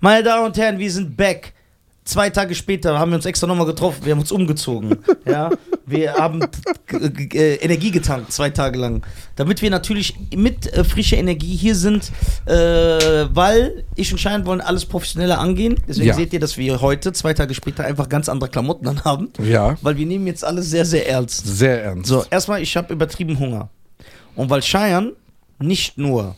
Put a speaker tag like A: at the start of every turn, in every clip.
A: Meine Damen und Herren, wir sind back. Zwei Tage später haben wir uns extra nochmal getroffen. Wir haben uns umgezogen. ja? Wir haben g- g- g- Energie getankt, zwei Tage lang. Damit wir natürlich mit äh, frischer Energie hier sind, äh, weil ich und Schein wollen alles professioneller angehen. Deswegen
B: Ja.
A: seht ihr, dass wir heute, zwei Tage später, einfach ganz andere Klamotten anhaben.
B: Ja,
A: Weil wir nehmen jetzt alles sehr, sehr ernst.
B: sehr ernst.
A: So, erstmal, ich habe übertrieben Hunger. Und weil Cheyenne nicht nur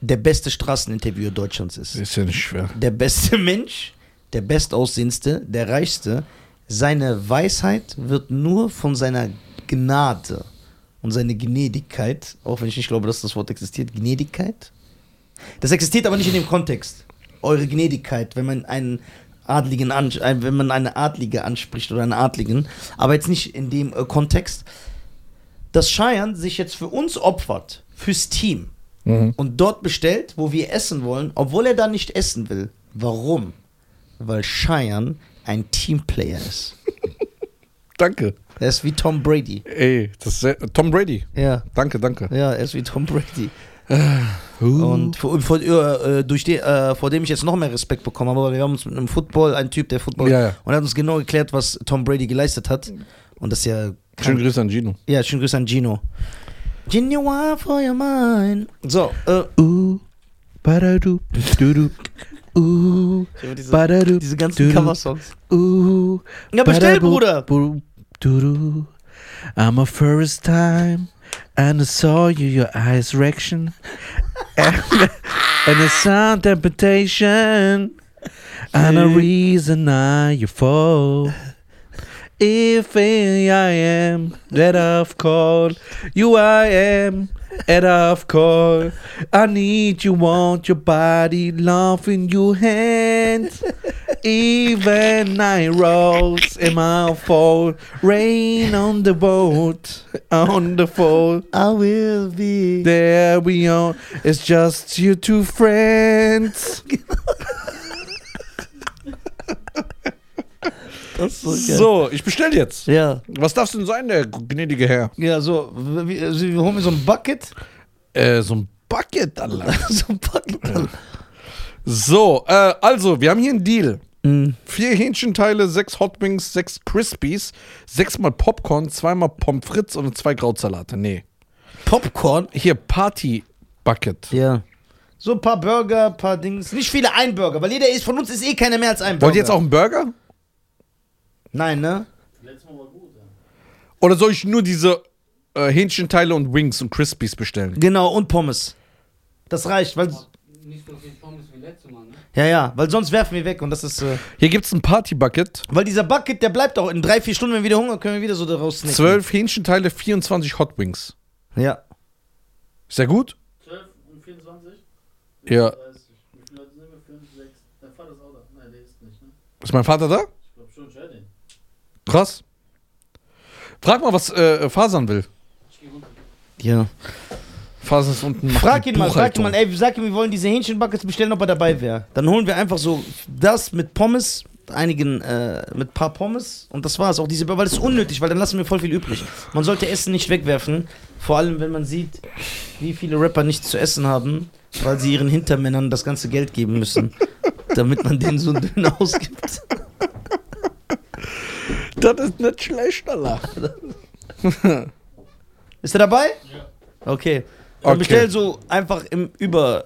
A: der beste Straßeninterviewer Deutschlands ist,
B: Ist ja nicht schwer.
A: der beste Mensch, der bestaussehendste, der reichste, seine Weisheit wird nur von seiner Gnade und seine Gnädigkeit, auch wenn ich nicht glaube, dass das Wort existiert, Gnädigkeit. Das existiert aber nicht in dem Kontext. Eure Gnädigkeit, wenn man einen Adligen, ans- ein- wenn man eine Adlige anspricht oder einen Adligen, aber jetzt nicht in dem äh, Kontext, dass Cheyenne sich jetzt für uns opfert, fürs Team
B: Mhm.
A: und dort bestellt, wo wir essen wollen, obwohl er da nicht essen will. Warum? Weil Cheyenne ein Teamplayer ist.
B: Danke.
A: Er ist wie Tom Brady.
B: Ey, das ist sehr, Tom Brady.
A: Ja.
B: Danke, danke.
A: Ja, er ist wie Tom Brady.
B: Uh.
A: Und vor, vor, äh, äh, durch die, äh, vor dem ich jetzt noch mehr Respekt bekommen habe, weil wir haben uns mit einem Football, ein Typ, der Football,
B: Ja, ja.
A: und er hat uns genau erklärt, was Tom Brady geleistet hat. Und das ist ja
B: Schönen Grüße an Gino.
A: Ja, schönen Grüße an Gino. Gino, why for your mind? So, äh,
B: Uh, badadu, dudu, uh,
A: diese,
B: badadu,
A: diese ganzen
B: du-
A: Coversongs.
B: uh.
A: Ja, bestell,
B: Badabu-
A: Bruder!
B: bu- dudu. I'm a first time and I saw you, your eyes reaction and, and a sound temptation and a reason I you fall. If I am that I've called, you I am that I've called. I need you, want your body, love in your hands. Even I rolls in my fall, rain on the boat, on the fall.
A: I will be.
B: There we are, it's just you two friends.
A: Das ist so, geil.
B: So, ich bestell jetzt.
A: Ja.
B: Was darf's denn sein, der gnädige Herr?
A: Ja, so, wir, wir wir holen mir so ein Bucket.
B: Äh, so ein Bucket, Alter.
A: so ein Bucket. Alter.
B: So, äh, also, wir haben hier einen Deal.
A: Mhm.
B: Vier Hähnchenteile, sechs Hot Wings, sechs Crispies, sechsmal Popcorn, zweimal Pommes frites und zwei Krautsalate. Nee.
A: Popcorn.
B: Hier, Party Bucket.
A: Ja. So ein paar Burger, ein paar Dings. Nicht viele ein Burger, weil jeder ist von uns ist eh keiner mehr als ein Burger.
B: Wollt ihr jetzt auch einen Burger?
A: Nein, ne?
B: Oder soll ich nur diese äh, Hähnchenteile und Wings und Crispies bestellen?
A: Genau, und Pommes. Das reicht, weil.
C: Nicht so viel Pommes wie letztes Mal, ne?
A: Ja, ja, weil sonst werfen wir weg und das ist. Äh,
B: Hier gibt's ein Party Bucket.
A: weil dieser Bucket, der bleibt auch in drei, vier Stunden, wenn wir wieder Hunger, können wir wieder so daraus snacken.
B: Zwölf Hähnchenteile, 24 Hot Wings.
A: Ja.
B: Ist ja gut?
C: 12 und 24?
B: Ja.
C: 30. Wie viele Leute sind wir? 5, 6. Dein Vater ist auch da. Nein, der ist nicht, ne?
B: Ist mein Vater da?
C: Ich glaube schon, schau den.
B: Krass. Frag mal, was äh, Fasan will.
C: Ich geh runter.
A: Ja.
B: Fasan ist unten. macht
A: Frag
B: die
A: ihn mal, frag ihn
B: Buchhaltung.
A: mal, ey, sag ihm, wir wollen diese Hähnchenbuckets bestellen, ob er dabei wäre. Dann holen wir einfach so das mit Pommes, einigen, äh, mit paar Pommes und das war's. Auch diese, weil das ist unnötig, weil dann lassen wir voll viel übrig. Man sollte Essen nicht wegwerfen, vor allem wenn man sieht, wie viele Rapper nichts zu essen haben, weil sie ihren Hintermännern das ganze Geld geben müssen, damit man denen so einen Döner ausgibt.
B: Das ist nicht schlecht, Alter.
A: Ist er dabei?
C: Ja.
A: Okay. Dann
B: Okay.
A: bestell so einfach im Über.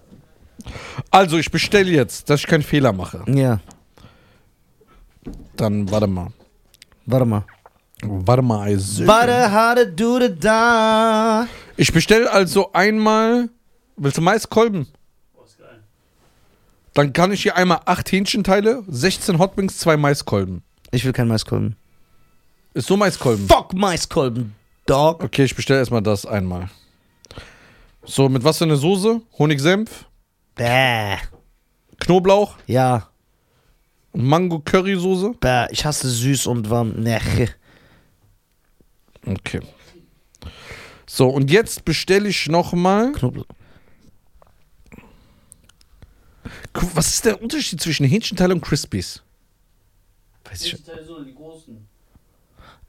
B: Also, ich bestelle jetzt, dass ich keinen Fehler mache.
A: Ja,
B: Dann warte mal.
A: warte mal.
B: Warte mal, also.
A: Warte, harte, du, da.
B: Ich bestelle also einmal. Willst du Maiskolben?
C: Boah, ist geil.
B: Dann kann ich hier einmal 8 Hähnchenteile, 16 Hot Wings, 2 Maiskolben.
A: Ich will kein Maiskolben.
B: Ist so Maiskolben.
A: Fuck Maiskolben, Dog.
B: Okay, ich bestelle erstmal das einmal. So, mit was für eine Soße? Honigsenf,
A: Bäh.
B: Knoblauch,
A: Ja,
B: Mango-Curry-Soße.
A: bäh. Ich hasse süß und warm. Nech.
B: Okay. So, und jetzt bestelle ich nochmal.
A: Knoblauch.
B: Was ist der Unterschied zwischen Hähnchenteile und Crispies? Weiß ich.
C: Ich teile so die großen.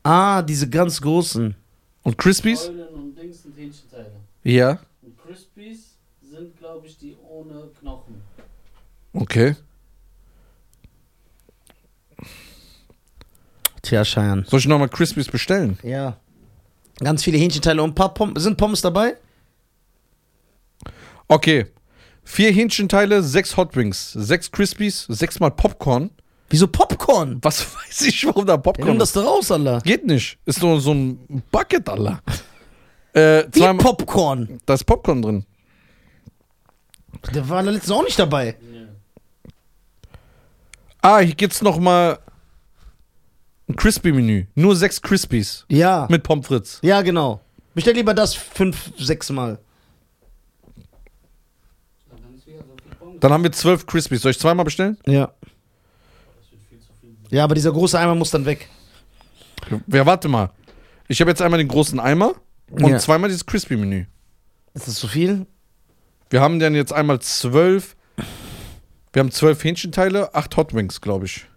A: Ah, diese ganz großen.
B: Und Crispies?
C: Eulen und Dings sind Hähnchenteile.
B: Ja.
C: Und Crispies sind, glaube ich, die ohne Knochen.
D: Okay.
A: Tja, Scheiern.
D: Soll ich nochmal Crispies bestellen?
A: Ja. Ganz viele Hähnchenteile und ein paar Pommes. Sind Pommes dabei?
D: Okay. Vier Hähnchenteile, sechs Hot Wings, sechs Crispies, sechsmal Popcorn.
A: Wieso Popcorn?
D: Was weiß ich, warum da
A: Ja,
D: Popcorn
A: nimm
D: ist?
A: das da raus, Alter.
D: Geht nicht. Ist nur so ein Bucket, Allah. Äh,
A: Wie
D: zweimal,
A: Popcorn?
D: da ist Popcorn drin.
A: Der war letztens auch nicht dabei.
C: Ja.
D: Ah, hier gibt's nochmal ein Crispy-Menü. Nur sechs Crispies
A: Ja.
D: mit Pommes frites.
A: Ja, genau. Bestell lieber das fünf, sechs Mal.
C: Und dann ist wieder so viel Pommes.
D: Dann haben wir zwölf Crispies. Soll ich zweimal bestellen?
A: Ja.
C: Das wird viel zu viel.
A: Ja, aber dieser große Eimer muss dann weg.
D: Ja, warte mal. Ich habe jetzt einmal den großen Eimer und
A: Ja.
D: zweimal dieses Crispy-Menü.
A: Ist das zu viel?
D: Wir haben dann jetzt einmal zwölf. Wir haben zwölf Hähnchenteile, acht Hot Wings, glaube ich.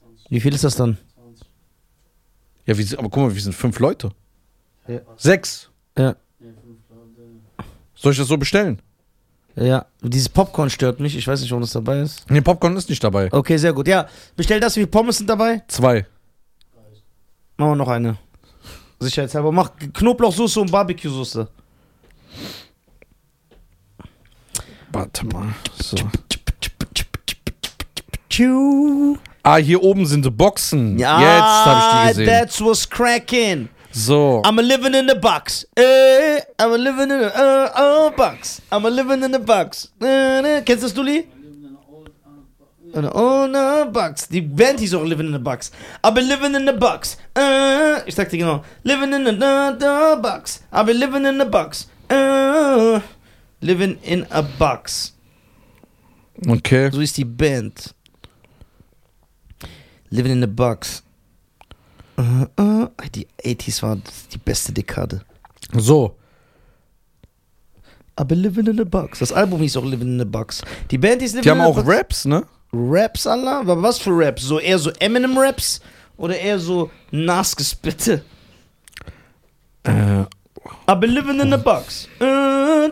C: 20,
A: Wie viel ist das dann?
C: 20.
D: Ja, wir sind, aber guck mal, wir sind fünf Leute.
A: Ja.
D: Sechs.
C: Ne, fünf Leute.
D: Soll ich das so bestellen?
A: Ja. Dieses Popcorn stört mich. Ich weiß nicht, warum das dabei ist.
D: Nee, Popcorn ist nicht dabei.
A: Okay, sehr gut. Ja, bestell das. Wie viele Pommes sind dabei?
D: Zwei.
C: Reicht.
A: Machen wir noch eine. Sicherheitshalber. Mach Knoblauchsoße und Barbecue-Soße.
D: Warte mal. So.
A: Tschu.
D: Ah, hier oben sind die Boxen.
A: Ja,
D: jetzt habe ich die gesehen.
A: That's what's cracking.
D: So.
A: I'm a living in the box. Äh, I'm a living in the uh, oh, box. I'm a living in the box. Äh, ne. Kennst du das, Dulli?
C: Wir leben in einer Old. äh,
A: Und, oh, na, Bucks. Die Band hieß auch Living in the Bucks. I've been living in the Bucks. Äh, ich sagte genau. Living in the, the, the Bucks. I've been living in the Bucks. Äh, living in a Bucks.
D: Okay.
A: So ist die Band. Living in the Bucks. Äh, äh, die 80s war die beste Dekade.
D: So.
A: I've been living in the Bucks. Das Album hieß auch Living in the Bucks. Die Band hieß Living
D: Die haben
A: in the
D: auch
A: Bucks.
D: Raps, ne?
A: Raps, Allah? Aber was für Raps? So eher so Eminem-Raps oder eher so Nasgespitte?
D: Äh,
A: I've been living in a box. Äh,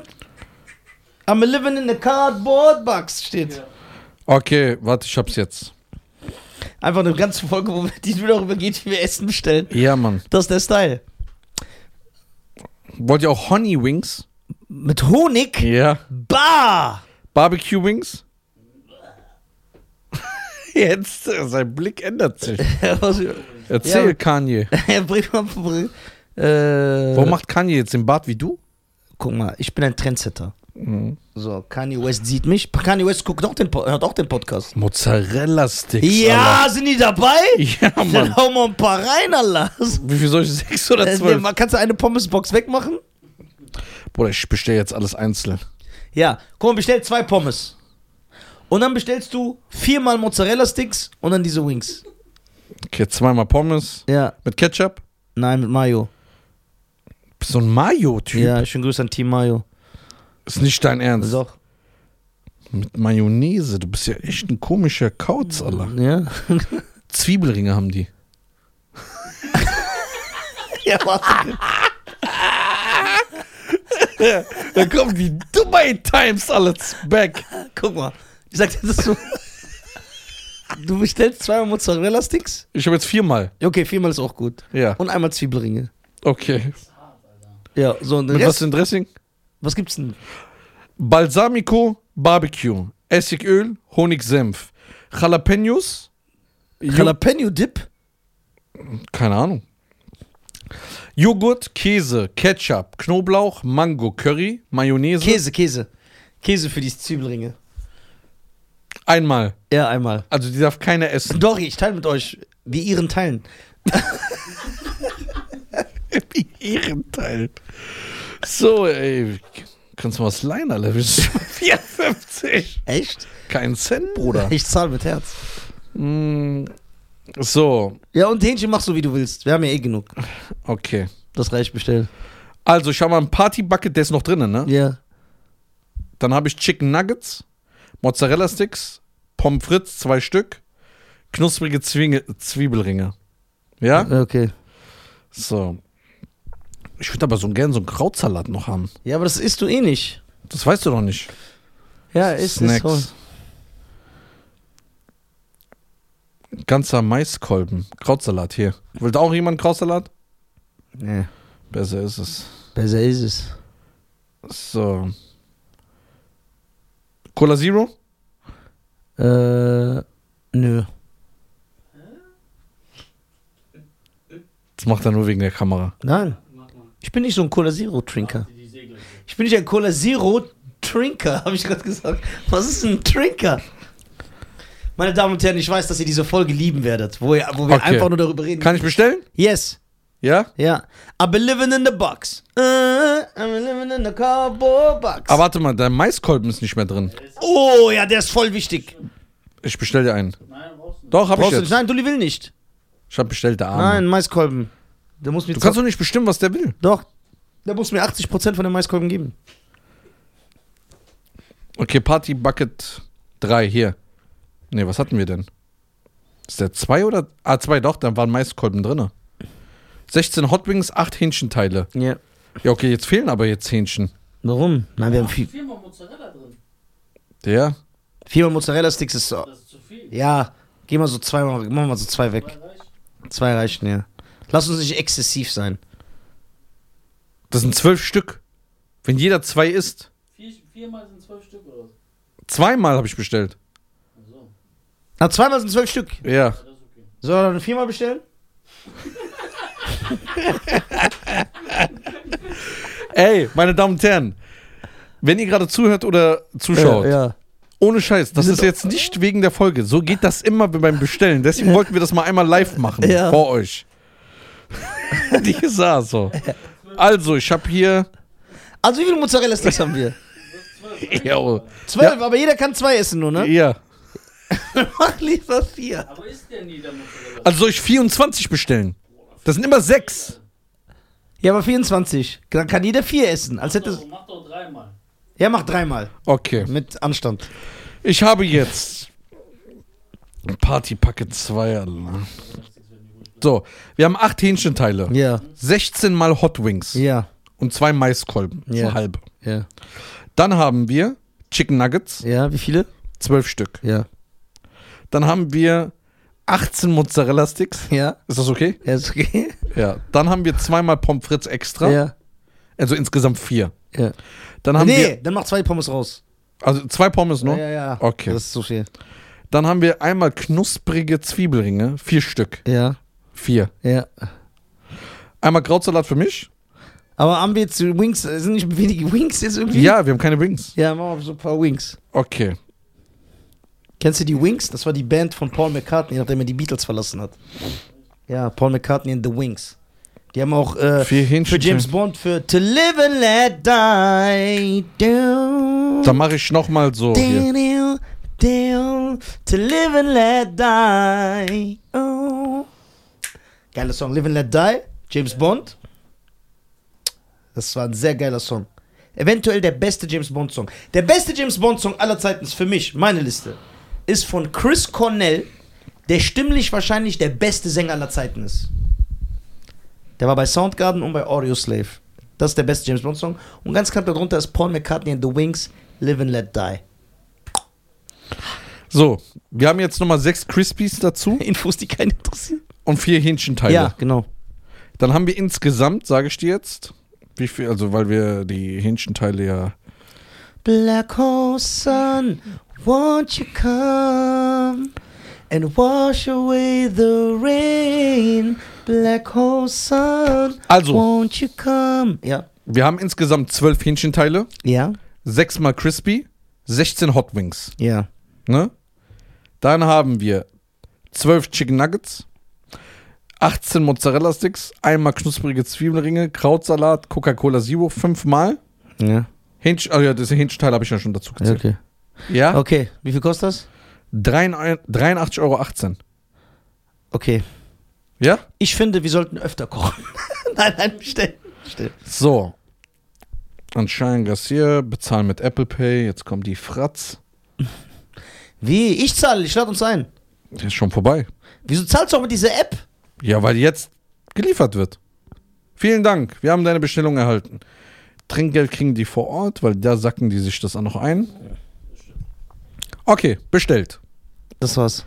A: I'm living in a cardboard box steht.
C: Ja.
D: okay, warte, ich hab's jetzt.
A: Einfach eine ganze Folge, wo wir die nur darüber geht, wie wir Essen bestellen.
D: Ja, Mann.
A: Das ist der Style.
D: Wollt ihr auch Honey Wings?
A: Mit Honig?
D: Ja.
A: Bah!
D: Barbecue Wings? Jetzt, äh, sein Blick ändert sich.
A: Was-
D: Erzähl
A: Ja.
D: Kanye.
A: Bring mal- bring- äh,
D: Warum macht Kanye jetzt den Bart wie du?
A: Guck mal, ich bin ein Trendsetter.
D: Mhm.
A: So, Kanye West sieht mich. Kanye West guckt auch den, Po- hört auch den Podcast.
D: Mozzarella-Sticks.
A: Ja, sind die dabei?
D: Alter. Ja,
A: Dann
D: Mann.
A: hau mal ein paar rein, Allah.
D: Wie viel soll ich? Sechs oder
A: Äh,
D: zwölf?
A: nee, Kannst du eine Pommesbox wegmachen?
D: Bruder, ich bestelle jetzt alles einzeln.
A: Ja, guck mal, bestell zwei Pommes. Und dann bestellst du viermal Mozzarella-Sticks und dann diese Wings.
D: Okay, zweimal Pommes
A: Ja.
D: mit Ketchup.
A: Nein, mit Mayo.
D: Bist so ein Mayo-Typ.
A: Ja, schönen Grüß an Team Mayo.
D: Ist nicht dein Ernst.
A: Doch.
D: Mit Mayonnaise. Du bist ja echt ein komischer Kauz, Alter.
A: Ja.
D: Zwiebelringe haben die.
A: ja, warte.
D: Da kommen die Dubai Times alles Ah, back.
A: Guck mal. Ich sag dir das so. Du bestellst zweimal Mozzarella-Sticks?
D: Ich habe jetzt viermal.
A: Okay, viermal ist auch gut.
D: Ja.
A: Und einmal Zwiebelringe.
D: Okay.
A: Ja, so und den
D: Mit was
A: Rest,
D: für ein Dressing?
A: was gibt's denn?
D: Balsamico, Barbecue, Essigöl, Honigsenf, Jalapenos, Ju-
A: Jalapeno-Dip?
D: keine Ahnung. Joghurt, Käse, Ketchup, Knoblauch, Mango, Curry, Mayonnaise.
A: Käse, Käse. Käse für die Zwiebelringe.
D: Einmal.
A: Ja, einmal.
D: Also die darf keiner essen.
A: Doch, ich teile mit euch. Wie ihren teilen.
D: Wie Ehrenteil. So, ey. Kannst du mal was leihen, Alter? Wir sind schon 54.
A: Echt?
D: Kein Cent, Bruder.
A: Ich zahle mit Herz.
D: Mm, So,
A: Ja, und Hähnchen machst du, wie du willst. Wir haben ja eh genug.
D: okay.
A: Das reicht bestellt.
D: Also, ich habe mal ein Party-Bucket, der ist noch drinnen, ne?
A: Ja.
D: Dann habe ich Chicken Nuggets, Mozzarella-Sticks, Pommes frites, zwei Stück, knusprige Zwinge Zwiebelringe. Ja?
A: Okay.
D: So. Ich würde aber so gern so einen Krautsalat noch haben.
A: Ja, aber das isst du eh nicht.
D: Das weißt du doch nicht.
A: Ja, isst
D: Snacks.
A: ist
D: Ganzer Maiskolben. Krautsalat hier. Wollt auch jemand Krautsalat?
A: Nee,
D: Besser ist es.
A: besser ist es.
D: So. Cola Zero?
A: Äh, nö.
D: Das macht er nur wegen der Kamera.
A: Nein.
C: Mach mal.
A: Ich bin nicht so ein Cola Zero-Trinker.
C: Die, die Segel.
A: Ich bin nicht ein Cola Zero Trinker, habe ich gerade gesagt. Was ist ein Trinker? Meine Damen und Herren, ich weiß, dass ihr diese Folge lieben werdet, wo, ihr, wo wir
D: Okay.
A: einfach nur darüber reden.
D: Kann ich bestellen?
A: yes,
D: Ja?
A: ja. I've been living in the box. Uh, I've been living in the cardboard box.
D: Aber Ah, warte mal, dein Maiskolben ist nicht mehr drin.
A: oh ja, der ist voll wichtig.
D: Ich bestell dir einen.
C: Nein, brauchst du nicht.
D: Doch, hab ich
A: Brauchst du nicht?
D: jetzt.
A: Nein, Dulli will nicht.
D: Ich hab bestellt, der Arme.
A: Nein, Maiskolben. Der muss mir
D: Du kannst doch nicht bestimmen, was der will.
A: doch, der muss mir 80% von den Maiskolben geben.
D: Okay, Party Bucket 3 hier. Ne, was hatten wir denn? Ist der 2 oder? Ah, 2 doch, da waren Maiskolben drin. 16 Hot Wings, 8 Hähnchenteile.
A: Ja.
D: Ja, okay, jetzt fehlen aber jetzt Hähnchen.
A: Warum? Nein, wir haben viel,
C: Viermal Mozzarella drin.
D: Der?
A: viermal Mozzarella-Sticks ist so.
C: Das ist zu viel.
A: Ja, geh mal so zwei, machen wir mal so zwei weg.
C: Zwei reicht.
A: Zwei reichen, ja. Lass uns nicht exzessiv sein.
D: Das sind 12 Stück. Wenn jeder zwei isst.
C: Vier, viermal sind zwölf Stück oder was?
D: Zweimal habe ich bestellt.
C: Ach so.
A: Na, zweimal sind zwölf Stück.
D: Ja.
C: Ja, das ist okay.
A: Soll er dann viermal bestellen?
D: Ey, meine Damen und Herren, wenn ihr gerade zuhört oder zuschaut,
A: Ja, ja.
D: ohne Scheiß, das
A: Wir
D: ist
A: sind-
D: jetzt nicht wegen der Folge. So geht das immer beim Bestellen. Deswegen wollten wir das mal einmal live machen
A: Ja.
D: vor euch. Die sah so. Also, ich habe hier.
A: Also wie viele Mozzarella-Sticks haben wir?
D: Ja,
A: Zwölf, aber jeder kann zwei essen nur, ne?
D: ja.
A: Mach lieber vier.
C: Aber ist der nie der Mozzarella?
D: Also soll ich 24 bestellen? Das sind immer sechs.
A: Ja, aber 24. Dann kann jeder vier essen. Als hätte
C: Doch,
A: es...
C: mach doch dreimal.
A: Ja, mach dreimal.
D: Okay.
A: Mit Anstand.
D: Ich habe jetzt Party Packet 2. Alter. So, wir haben acht Hähnchenteile,
A: Ja,
D: 16 mal Hot Wings
A: ja,
D: und zwei Maiskolben,
A: Ja.
D: so halbe.
A: ja.
D: Dann haben wir Chicken Nuggets,
A: Ja, wie viele?
D: zwölf Stück.
A: Ja.
D: Dann haben wir 18 Mozzarella Sticks.
A: Ja.
D: Ist das okay?
A: Ja, ist okay.
D: Ja. Dann haben wir zweimal Pommes frites extra,
A: Ja,
D: also insgesamt vier.
A: ja.
D: Dann haben
A: nee,
D: wir
A: dann mach zwei Pommes raus.
D: also zwei Pommes noch.
A: Ja, ja.
D: Okay.
A: Das ist zu viel.
D: Dann haben wir einmal knusprige Zwiebelringe, vier Stück,
A: Ja,
D: vier.
A: ja.
D: Einmal Krautsalat für mich.
A: Aber haben wir jetzt Wings, sind nicht wenige Wings jetzt irgendwie?
D: Ja, wir haben keine Wings.
A: Ja, machen wir so ein paar Wings.
D: Okay.
A: Kennst du die Wings? Das war die Band von Paul McCartney, nachdem er die Beatles verlassen hat. Ja, Paul McCartney and the Wings. Die haben auch äh,
D: Vier
A: für
D: Hähnchen.
A: James Bond für To Live and Let Die. Do,
D: Dann mache ich nochmal so hier.
A: do, do, to Live and Let Die. Oh. Geiler Song. Live and Let Die, James Bond. Das war ein sehr geiler Song. Eventuell der beste James Bond Song. Der beste James Bond Song aller Zeiten ist für mich, meine Liste, ist von Chris Cornell, der stimmlich wahrscheinlich der beste Sänger aller Zeiten ist. Der war bei Soundgarden und bei Audio Slave. Das ist der beste James Bond Song. Und ganz knapp darunter ist Paul McCartney and The Wings, Live and Let Die.
D: So, wir haben jetzt nochmal sechs Crispies dazu
A: Infos, die keinen interessieren.
D: und vier Hähnchenteile.
A: Ja, genau.
D: Dann haben wir insgesamt, sage ich dir jetzt, wie viel, also weil wir die Hähnchenteile ja.
A: Black hole sun, won't you come and wash away the rain? Black hole sun,
D: Also,
A: won't you come? Ja,
D: wir haben insgesamt zwölf Hähnchenteile,
A: ja,
D: sechs mal Crispy, 16 Hot Wings.
A: ja.
D: Ne? Dann haben wir zwölf Chicken Nuggets, 18 Mozzarella Sticks, einmal knusprige Zwiebelringe, Krautsalat, Coca-Cola Zero, fünfmal.
A: Ja,
D: Hähnchen, oh ja, das Hähnchenteil habe ich ja schon dazu gezählt.
A: okay.
D: Ja?
A: Okay, wie viel kostet das?
D: 83,18 Euro.
A: Okay.
D: Ja?
A: Ich finde, wir sollten öfter kochen. nein, nein, still. still.
D: So. Anscheinend das hier. Bezahlen mit Apple Pay. Jetzt kommt die Fratz.
A: Wie? Ich zahle, ich lade uns ein.
D: Der ist schon vorbei.
A: Wieso zahlst du auch mit dieser App?
D: Ja, weil jetzt geliefert wird. Vielen Dank. Wir haben deine Bestellung erhalten. Trinkgeld kriegen die vor Ort, weil da sacken die sich das auch noch ein. Okay, bestellt.
A: Das war's.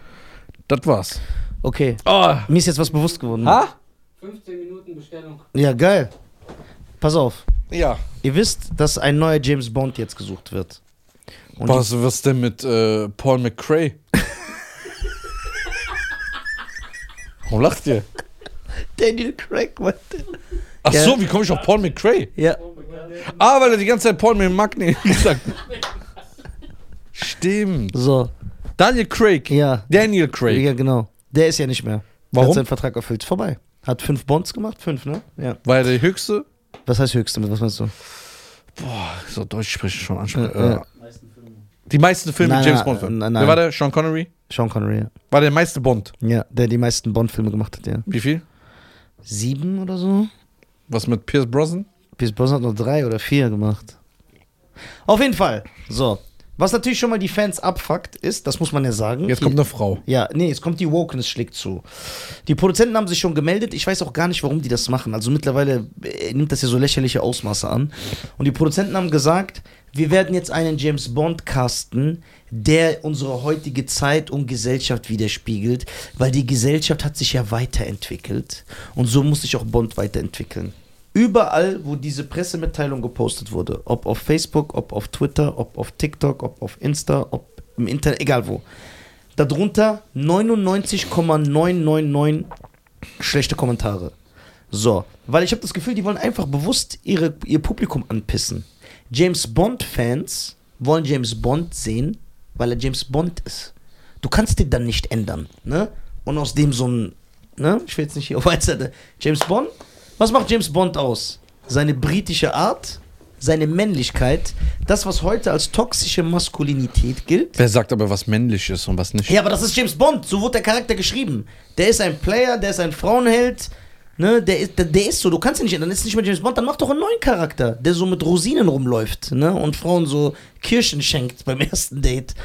D: Das war's.
A: Okay.
D: Oh.
A: Mir ist jetzt was bewusst geworden.
D: Ha?
E: 15 Minuten Bestellung.
A: Ja, geil. Pass auf.
D: Ja.
A: Ihr wisst, dass ein neuer James Bond jetzt gesucht wird. Und die-
D: was, was denn mit äh, Paul McCray? Warum lacht ihr?
A: Daniel Craig, Mann.
D: Ach
A: Ja.
D: so, wie komme ich auf Paul McCray?
A: Ja.
D: Ah, weil er die ganze Zeit Paul McCartney gesagt hat. Stimmt.
A: So,
D: Daniel Craig.
A: ja.
D: Daniel Craig.
A: Ja, genau. Der ist ja nicht mehr. Der
D: Warum?
A: hat seinen Vertrag erfüllt. Vorbei. Hat fünf Bonds gemacht? Fünf, ne? Ja.
D: War er der höchste?
A: Was heißt höchste? Was meinst du?
D: So, Deutsch sprechen schon
A: Ja,
D: ansprechen.
A: ja.
C: meisten Filme.
D: Die meisten Filme
A: Nein,
D: mit James
A: nein,
D: Bond. Filmen.
A: nein, nein.
D: Wer war der? Sean Connery?
A: Sean Connery, ja.
D: War der meiste Bond?
A: Ja, der die meisten Bond-Filme gemacht hat, ja.
D: Wie viel?
A: Sieben oder so?
D: Was mit Pierce Brosnan?
A: Pierce Brosnan hat nur drei oder vier gemacht. Auf jeden Fall. So. Was natürlich schon mal die Fans abfuckt, ist, das muss man ja sagen.
D: Jetzt
A: die-
D: kommt eine Frau.
A: Ja, nee, jetzt kommt die Wokeness schlägt zu. Die Produzenten haben sich schon gemeldet. Ich weiß auch gar nicht, warum die das machen. Also mittlerweile äh, nimmt das ja so lächerliche Ausmaße an. Und die Produzenten haben gesagt, wir werden jetzt einen James Bond casten, der unsere heutige Zeit und Gesellschaft widerspiegelt, weil die Gesellschaft hat sich ja weiterentwickelt. Und so muss sich auch Bond weiterentwickeln. Überall, wo diese Pressemitteilung gepostet wurde, ob auf Facebook, ob auf Twitter, ob auf TikTok, ob auf Insta, ob im Internet, egal wo. Darunter 99,999 schlechte Kommentare. So, weil ich habe das Gefühl, die wollen einfach bewusst ihre, ihr Publikum anpissen. James Bond-Fans wollen James Bond sehen, weil er James Bond ist. Du kannst den dann nicht ändern, ne? Und aus dem so ein, ne? Ich will jetzt nicht hier auf Einzelne. James Bond? Was macht James Bond aus? Seine britische Art, seine Männlichkeit, das, was heute als toxische Maskulinität gilt.
D: Wer sagt aber, was männlich ist und was nicht?
A: Ja, aber das ist James Bond. So wurde der Charakter geschrieben. Der ist ein Player, der ist ein Frauenheld. Ne, der ist, der, der ist so, du kannst ihn nicht ändern. Dann ist nicht mehr James Bond, dann mach doch einen neuen Charakter, der so mit Rosinen rumläuft, ne, und Frauen so Kirschen schenkt beim ersten Date.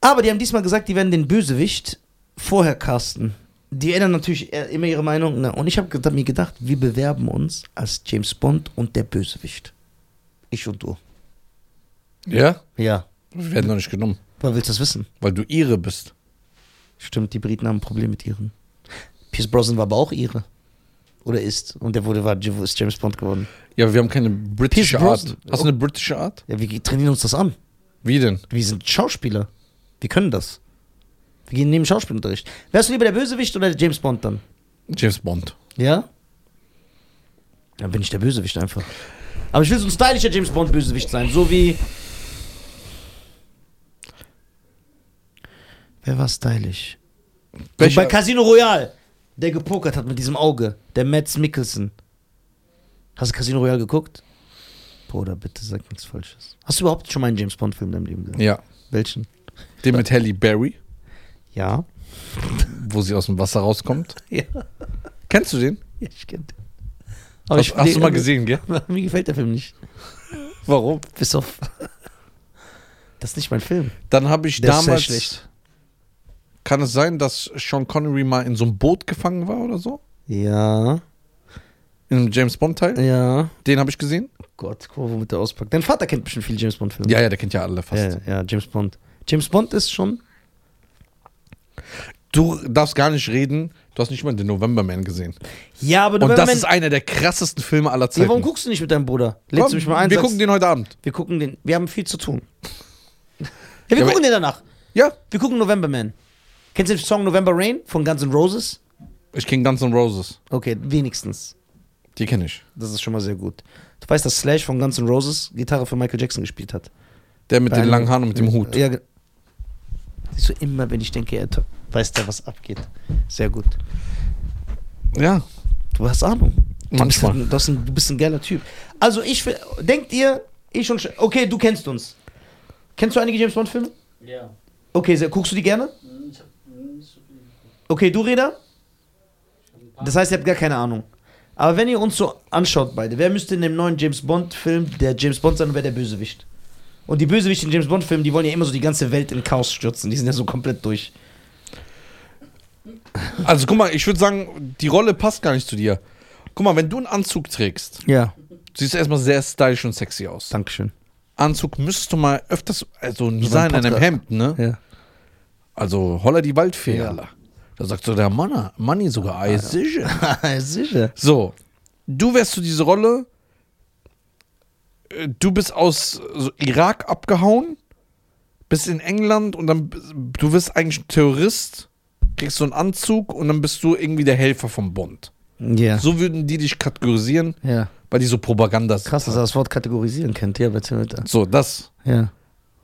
A: Aber die haben diesmal gesagt, die werden den Bösewicht vorher casten. Die ändern natürlich äh, immer ihre Meinung. Ne? Und ich habe mir gedacht, wir bewerben uns als James Bond und der Bösewicht. Ich und du.
D: Ja?
A: Ja.
D: Wir werden doch nicht genommen,
A: Woher willst du das wissen?
D: weil du ihre bist.
A: Stimmt, die Briten haben ein Problem mit Iren. Pierce Brosnan war aber auch Ire. Oder ist. Und der wurde, war, ist James Bond geworden.
D: Ja, aber wir haben keine britische
A: Pierce Brosnan.
D: Art. Hast du eine britische Art?
A: Ja, wir trainieren uns das an.
D: Wie denn?
A: Wir sind Schauspieler. Wir können das. Wir gehen neben Schauspielunterricht. Wärst du lieber der Bösewicht oder der James Bond dann?
D: James Bond.
A: Ja? Dann bin ich der Bösewicht einfach. Aber ich will so ein stylischer James Bond-Bösewicht sein, so wie. Wer war stylisch? So bei Casino Royale, der gepokert hat mit diesem Auge, der Mads Mikkelsen. Hast du Casino Royale geguckt? Bruder, bitte sag nichts Falsches. Hast du überhaupt schon mal einen James Bond-Film in deinem Leben gesehen?
D: ja,
A: Welchen?
D: den mit Halle Berry,
A: Ja.
D: wo sie aus dem Wasser rauskommt.
A: Ja,
D: Kennst du den?
A: ich kenne den.
D: hast hast du mal gesehen, gell?
A: Mir gefällt der Film nicht.
D: Warum?
A: Bis auf. Das ist nicht mein Film.
D: Dann habe ich
A: Der ist sehr
D: damals.
A: schlecht.
D: Kann es sein, dass Sean Connery mal in so einem Boot gefangen war oder so?
A: Ja.
D: In einem James Bond Teil?
A: Ja.
D: Den habe ich gesehen.
A: Mhm. Gott, guck mal, womit der auspackt. Dein Vater kennt bestimmt viele James Bond-Filme.
D: Ja, ja, der kennt ja alle fast.
A: ja, ja, James Bond. James Bond ist schon.
D: Du darfst gar nicht reden. Du hast nicht mal den Novemberman gesehen.
A: Ja, aber
D: Und das
A: Moment-
D: ist einer der krassesten Filme aller
A: Ja,
D: Zeiten.
A: warum guckst du nicht mit deinem Bruder? Lädst
D: Komm,
A: du mich mal ein?
D: Wir
A: sagst-
D: gucken den heute Abend.
A: wir gucken den. Wir haben viel zu tun. Ja, wir
D: Ja,
A: gucken den danach.
D: Ja,
A: Wir gucken November Man. Kennst du den Song November Rain von Guns N' Roses?
D: ich kenne Guns N' Roses.
A: Okay, wenigstens.
D: Die kenne ich.
A: Das ist schon mal sehr gut. Du weißt, dass Slash von Guns N' Roses Gitarre für Michael Jackson gespielt hat.
D: Der mit
A: Bei
D: den
A: einem-
D: langen Haaren und mit dem Hut.
A: Ja, ge- Siehst du, immer wenn ich denke, er weiß der, was abgeht. Sehr gut.
D: Ja,
A: Du hast Ahnung. Du
D: Manchmal.
A: Bist ein, du, hast ein, du bist ein geiler Typ. Also ich, will- denkt ihr, ich und... Sch- Okay, du kennst uns. Kennst du einige James Bond Filme?
C: Ja.
A: Okay, sehr, guckst du die gerne?
C: Hm, Ich hab nicht so viel.
A: Okay, du Reda?
E: Ich hab ein paar.
A: Das heißt, ihr habt gar keine Ahnung. Aber wenn ihr uns so anschaut beide, wer müsste in dem neuen James Bond Film der James Bond sein und wer der Bösewicht? Und die Bösewichte in James Bond Filmen, die wollen ja immer so die ganze Welt in Chaos stürzen. Die sind ja so komplett durch.
D: also guck mal, ich würde sagen, die Rolle passt gar nicht zu dir. Guck mal, wenn du einen Anzug trägst,
A: Ja.
D: siehst du erstmal sehr stylisch und sexy aus.
A: Dankeschön.
D: Anzug müsstest du mal öfters, also nicht
A: So ein
D: sein in einem
A: Podcast.
D: Hemd, ne?
A: Ja.
D: Also holla die Waldfee,
A: Ja. Ah,
D: Alter. Da sagt so der Mann, Manni sogar, ei, sicher.
A: Sicher.
D: So, du wärst so diese Rolle, äh, du bist aus äh, so Irak abgehauen, bist in England und dann, b- du wirst eigentlich ein Terrorist, kriegst so einen Anzug und dann bist du irgendwie der Helfer vom Bund.
A: Ja.
D: So würden die dich kategorisieren,
A: Ja.
D: weil die so Propaganda sind.
A: Krass, dass er das Wort kategorisieren kennt. Ja, bitte, bitte.
D: So, das.
A: Ja.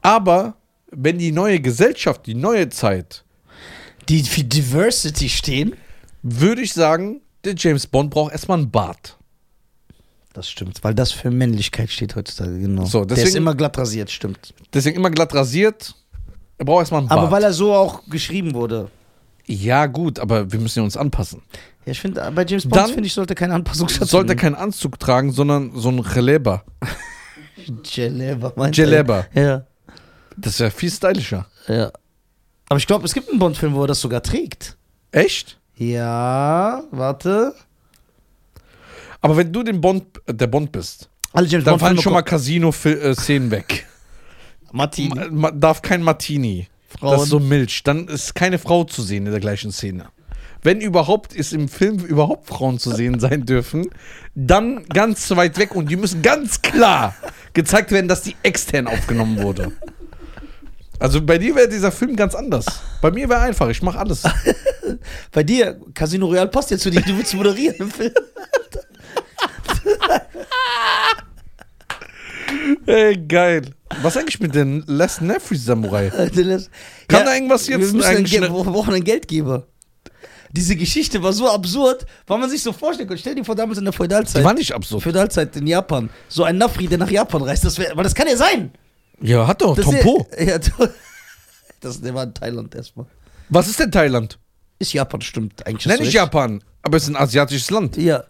D: Aber wenn die neue Gesellschaft, die neue Zeit,
A: Die für Diversity stehen.
D: würde ich sagen, der James Bond braucht erstmal einen Bart.
A: Das stimmt, weil das für Männlichkeit steht heutzutage, genau.
D: So,
A: Der ist
D: deswegen-
A: immer glatt rasiert, stimmt.
D: Deswegen immer glatt rasiert. Er braucht erstmal einen Bart.
A: Aber weil er so auch geschrieben wurde.
D: ja, gut, aber wir müssen ja uns anpassen.
A: Ja, ich finde, bei James Bond,
D: Dann-
A: finde ich, sollte keine Anpassung
D: Sollte keinen Anzug tragen, sondern so ein Chaleber.
A: Geleba, meint er.
D: Geleba.
A: Ja,
D: Das ist ja viel stylischer.
A: ja. Aber ich glaube, es gibt einen Bond-Film, wo er das sogar trägt.
D: Echt?
A: Ja, warte.
D: Aber wenn du den Bond, äh, der Bond bist,
A: Alle James
D: dann fallen
A: Bond-Filme
D: schon mal Casino-Szenen weg.
A: kommen- Martini,
D: Ma- ma- darf kein Martini. Das
A: Frauen.
D: ist so Milch. Dann ist keine Frau zu sehen in der gleichen Szene. Wenn überhaupt, ist im Film überhaupt Frauen zu sehen sein dürfen, dann ganz weit weg und die müssen ganz klar gezeigt werden, dass die extern aufgenommen wurde. Also bei dir wäre dieser Film ganz anders. Bei mir wäre einfach, ich mache alles.
A: Bei dir, Casino Royale passt ja zu dir, du willst moderieren im Film.
D: Ey, geil. Was eigentlich mit den Les Neffries Samurai?
A: Alter, das-
D: Kann da irgendwas jetzt
A: Wir müssen ein
D: eigentlich
A: Geld-
D: schnell-
A: wir brauchen einen Geldgeber. Diese Geschichte war so absurd, weil man sich so vorstellen konnte. Stell dir vor, damals in der
D: Die
A: Feudalzeit.
D: war nicht absurd.
A: Feudalzeit in Japan. So ein Nafri, der nach Japan reist. Das wär, aber das kann ja sein.
D: Ja, hat doch.
A: Das
D: Tompo.
A: Ist, ja, to- das, der war in Thailand erstmal.
D: Was ist denn Thailand?
A: Ist Japan, stimmt. Eigentlich hast
D: Nenn
A: du
D: ich
A: recht.
D: Japan, aber es ist ein asiatisches Land.
A: Ja.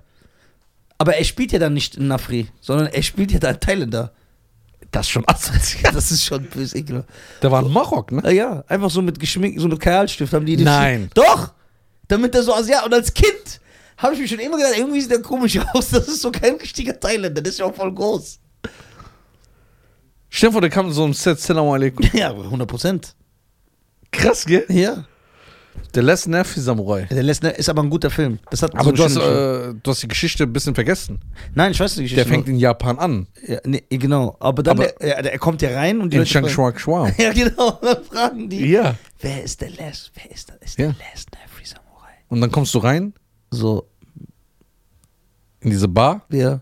A: Aber er spielt ja dann nicht in Nafri, sondern er spielt ja dann Thailänder.
D: Das ist schon asozial.
A: Das ist schon böse ekelhaft.
D: Der war in Marok, ne?
A: Ah Ja, einfach so mit geschminkt, so mit Kajalstift haben die den
D: Nein.
A: Doch! Damit er so Asiat. Und als Kind habe ich mir schon immer gedacht, irgendwie sieht der komisch aus. Das ist so kein richtiger Thailänder, der ist ja auch voll groß.
D: Stell dir vor, der kam so ein Set, Salam alaikum.
A: Ja, 100 Prozent.
D: Krass, gell?
A: Ja.
D: Der lässt Nervi Samurai.
A: Der Lesnar ist aber ein guter Film. Das hat
D: Aber
A: eine
D: du, hast,
A: schöne Geschichte.
D: äh, du hast die Geschichte ein bisschen vergessen.
A: Nein, ich weiß nicht.
D: Der fängt in Japan an.
A: Ja, nee, genau. Aber dann,
D: Aber-
A: der, er, er kommt ja rein und die
D: In
A: Leute
D: Shang
A: fragen-
D: Shuang Shuang.
A: Ja, genau. Dann fragen die,
D: Ja.
A: wer ist der Les? Wer ist der, ist
D: Ja.
A: der Lesnar Free Samurai?
D: Und dann kommst du rein
A: So,
D: in diese Bar.
A: ja.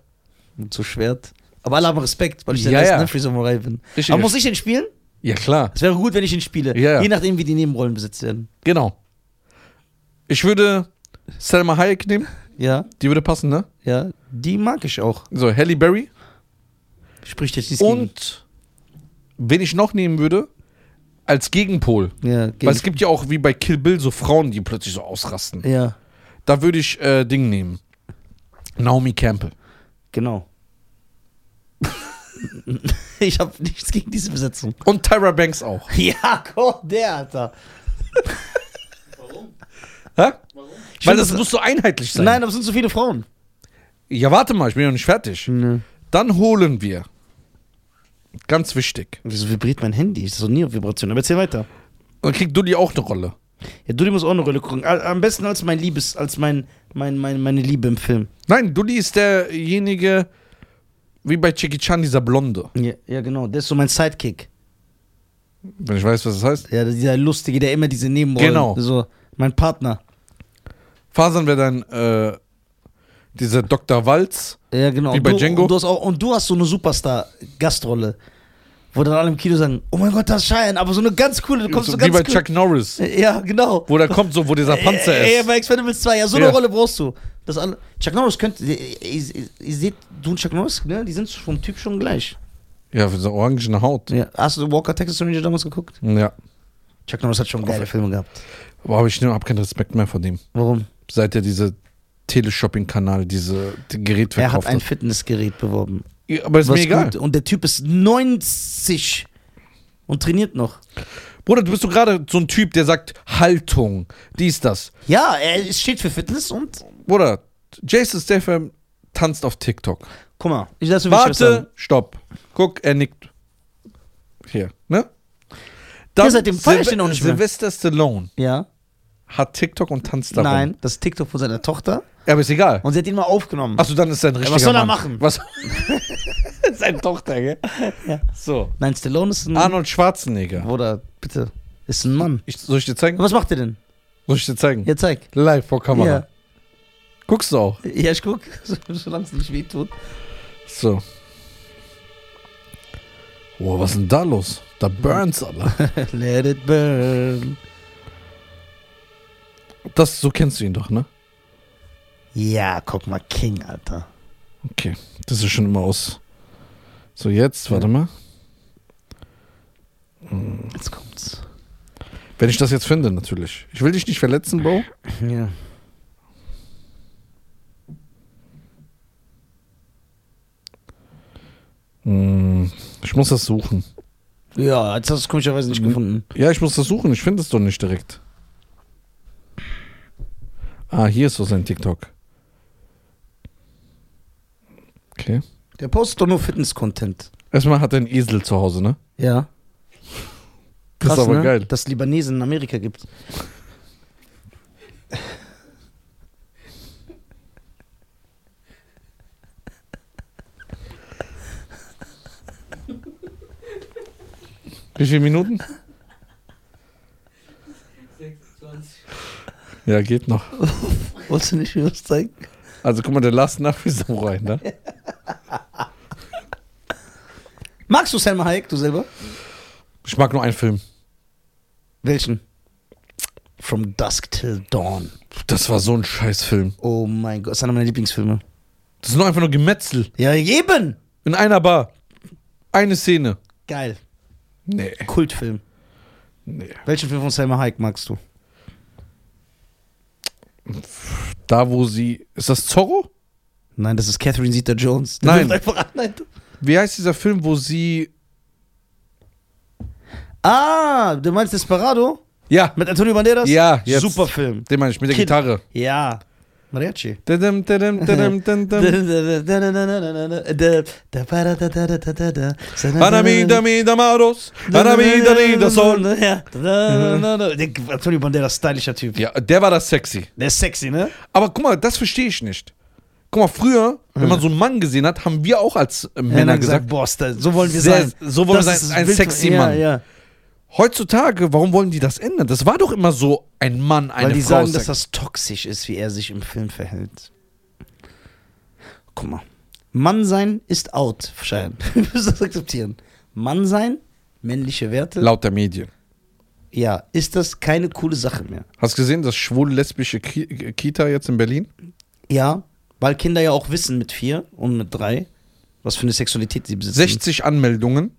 A: Mit so Schwert. Aber alle haben Respekt, weil ich der
D: Ja, ja.
A: Lesnar Free Samurai bin.
D: Richtig.
A: Aber muss ich den spielen?
D: Ja, klar.
A: Es wäre gut, wenn ich ihn spiele.
D: Ja, ja.
A: Je nachdem, wie die Nebenrollen besetzt werden.
D: Genau. Ich würde Selma Hayek nehmen.
A: Ja,
D: Die würde passen, ne?
A: ja. Die mag ich auch.
D: So, Halle Berry.
A: Spricht jetzt nichts
D: Und wen ich noch nehmen würde, als Gegenpol.
A: gegen. Ja,
D: Weil
A: gegen.
D: es gibt ja auch wie bei Kill Bill so Frauen, die plötzlich so ausrasten.
A: Ja,
D: Da würde ich äh, Ding nehmen. Naomi Campbell.
A: genau. ich habe nichts gegen diese Besetzung.
D: Und Tyra Banks auch.
A: Ja, Gott, der, Alter.
C: Warum?
D: Hä?
C: Warum?
A: Ich
D: Weil
A: find,
D: das muss so einheitlich sein.
A: Nein, aber es sind so viele Frauen.
D: Ja, warte mal, ich bin ja noch nicht fertig.
A: Hm.
D: Dann holen wir. Ganz wichtig.
A: Wieso vibriert mein Handy? Ist das so nie auf Vibration? Aber erzähl weiter.
D: Dann kriegt Dulli auch eine Rolle.
A: Ja, du, die musst auch eine Rolle gucken. Al- Am besten als mein Liebes, als mein, mein, mein, meine Liebe im Film.
D: Nein, Dulli ist derjenige, wie bei Jackie Chan, dieser Blonde.
A: Ja, ja genau. Der ist so mein Sidekick.
D: Wenn ich weiß, was das heißt.
A: Ja, dieser Lustige, der immer diese Nebenrollen.
D: Genau.
A: So, mein Partner.
D: Fasern wir dann äh, dieser Dr. Walz.
A: Ja, genau.
D: Wie
A: und
D: bei
A: du,
D: Django?
A: Und du, hast auch, und du hast so eine Superstar-Gastrolle, wo dann alle im Kino sagen: Oh mein Gott, das ist Cheyenne, aber so eine ganz coole, du kommst so,
D: so, wie
A: ganz
D: bei
A: cool.
D: Chuck Norris.
A: Ja, genau.
D: Wo der kommt, so, wo dieser Panzer
A: Äh, äh,
D: ist.
A: bei Expendables 2, ja, so eine
D: Ja.
A: Rolle brauchst du. Das alle, Chuck Norris könnte. Ihr, ihr, ihr, ihr seht, du und Chuck Norris, ne, die sind vom Typ schon gleich.
D: Ja, für diese orangene Haut.
A: Ja. Hast du Walker Texas Ranger damals geguckt?
D: Ja.
A: Chuck Norris hat schon geile Filme gehabt.
D: Boah, aber ich habe keinen Respekt mehr vor dem.
A: Warum?
D: Seit er diese Teleshopping-Kanal, diese die Gerät
A: Er hat
D: verkauft
A: ein
D: hat.
A: Fitnessgerät beworben.
D: Ja, aber ist mir
A: Was
D: egal.
A: gut. Und der Typ ist 90 und trainiert noch.
D: Bruder, du bist doch gerade so ein Typ, der sagt Haltung, dies, das.
A: Ja, er es steht für Fitness und.
D: Bruder, Jason Statham tanzt auf TikTok.
A: Guck mal, ich lasse mich was sagen.
D: Warte, stopp. Guck, er nickt. Hier, ne? Dann
A: Ja, seitdem feier ich den auch nicht mehr.
D: Sylvester Stallone
A: Ja.
D: hat TikTok und tanzt darum.
A: Nein, das ist TikTok von seiner Tochter.
D: Ja, aber ist egal.
A: Und sie hat ihn mal aufgenommen.
D: Achso, dann ist er ein richtiger
A: was soll er
D: Mann.
A: machen?
D: Was? Seine Tochter, gell?
A: Ja.
D: So.
A: Nein, Stallone ist ein.
D: Arnold Schwarzenegger.
A: Bruder, bitte. Ist ein Mann.
D: Ich, soll ich dir zeigen?
A: Was macht ihr denn?
D: Soll ich dir zeigen?
A: Ja, zeig.
D: Live vor Kamera. Guckst du auch?
A: Ja, ja ich guck, so, solange es nicht wehtut.
D: So. Boah, was ist denn da los? Da burns, Alter.
A: Let it burn.
D: Das, so kennst du ihn doch, ne?
A: Ja, guck mal, King, Alter.
D: Okay, das ist schon immer aus. So, jetzt, warte mal.
A: Jetzt kommt's.
D: Wenn ich das jetzt finde, natürlich. Ich will dich nicht verletzen, Bro.
A: Ja.
D: Hm, ich muss das suchen.
A: Ja, jetzt hast du es komischerweise nicht gefunden.
D: Ja, ich muss das suchen. Ich finde es doch nicht direkt. Ah, hier ist so sein TikTok. Okay.
A: Der postet doch nur Fitness-Content.
D: Erstmal hat er einen Esel zu Hause, ne?
A: Ja.
D: Das ist aber
A: ne?
D: geil.
A: Dass es Libanesen in Amerika gibt.
D: Wie viele Minuten?
E: 26.
D: Ja, geht noch.
A: Wolltest du nicht mir was zeigen?
D: Also guck mal, der Last nach wie Samurai, ne?
A: Magst du Selma Hayek, du selber?
D: Ich mag nur einen Film.
A: Welchen? From Dusk Till Dawn.
D: Das war so ein scheiß Film.
A: Oh mein Gott, das ist einer meiner Lieblingsfilme.
D: Das ist nur einfach nur Gemetzel.
A: Ja, eben!
D: In einer Bar. Eine Szene.
A: Geil.
D: Nee.
A: Kultfilm.
D: nee.
A: Welchen Film von Selma Hayek magst du?
D: Da, wo sie. Ist das Zorro?
A: Nein, das ist Catherine Zeta Jones.
D: Nein.
A: ruft Einfach an. Nein.
D: Wie heißt dieser Film, wo sie.
A: Ah, du meinst Desperado?
D: Ja,
A: Mit Antonio Banderas?
D: Ja, jetzt.
A: Super Film.
D: den meine ich, mit der
A: Kid-
D: Gitarre.
A: Ja. Mariachi.
D: Dadam, dadam, dadam, dadam.
A: Antonio
D: Anamidami Damaros, Anamidami da Sol.
A: Banderas, stylischer Typ.
D: Ja, der war das sexy.
A: Der ist sexy, ne?
D: Aber guck mal, das verstehe ich nicht. Guck mal, früher, wenn man so einen Mann gesehen hat, haben wir auch als äh,
A: Wenn
D: Männer
A: er
D: gesagt,
A: gesagt, boah, Star- so wollen wir
D: Sehr-
A: sein.
D: so wollen wir
A: Das
D: sein,
A: ist
D: ein
A: wild-
D: sexy
A: ja,
D: Mann.
A: Ja.
D: heutzutage, warum wollen die das ändern? Das war doch immer so ein Mann, eine
A: Weil die
D: Frau.
A: sagen,
D: ist
A: dass
D: sexy.
A: das toxisch ist, wie er sich im Film verhält. Guck mal. Mann sein ist out, Schein. Wir müssen das akzeptieren. Mann sein, männliche Werte.
D: Laut der Medien.
A: ja, ist das keine coole Sache mehr.
D: Hast gesehen, das schwul-lesbische Ki äh, Kita jetzt in Berlin?
A: Ja, weil Kinder ja auch wissen mit vier und mit drei, was für eine Sexualität sie besitzen.
D: 60 Anmeldungen.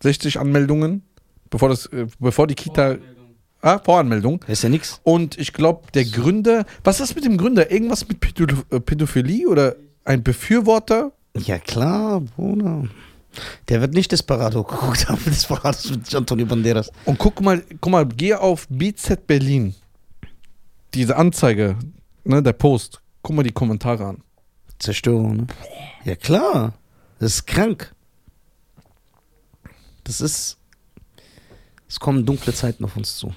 D: 60 Anmeldungen, bevor, das, äh, bevor die Kita.
E: Voranmeldung.
D: Ah, Voranmeldung.
A: Das ist ja nix.
D: Und ich glaube, der Gründer. Was ist mit dem Gründer? Irgendwas mit Pädo äh, Pädophilie oder ein Befürworter?
A: Ja klar, Bruder. Der wird nicht Desperado geguckt haben. Desperado mit Antonio Banderas.
D: Und guck mal, guck mal, geh auf BZ Berlin. Diese Anzeige, ne, der Post. Guck mal die Kommentare an.
A: Zerstörung, ne? Ja klar. Das ist krank. Das ist. Es kommen dunkle Zeiten auf uns zu.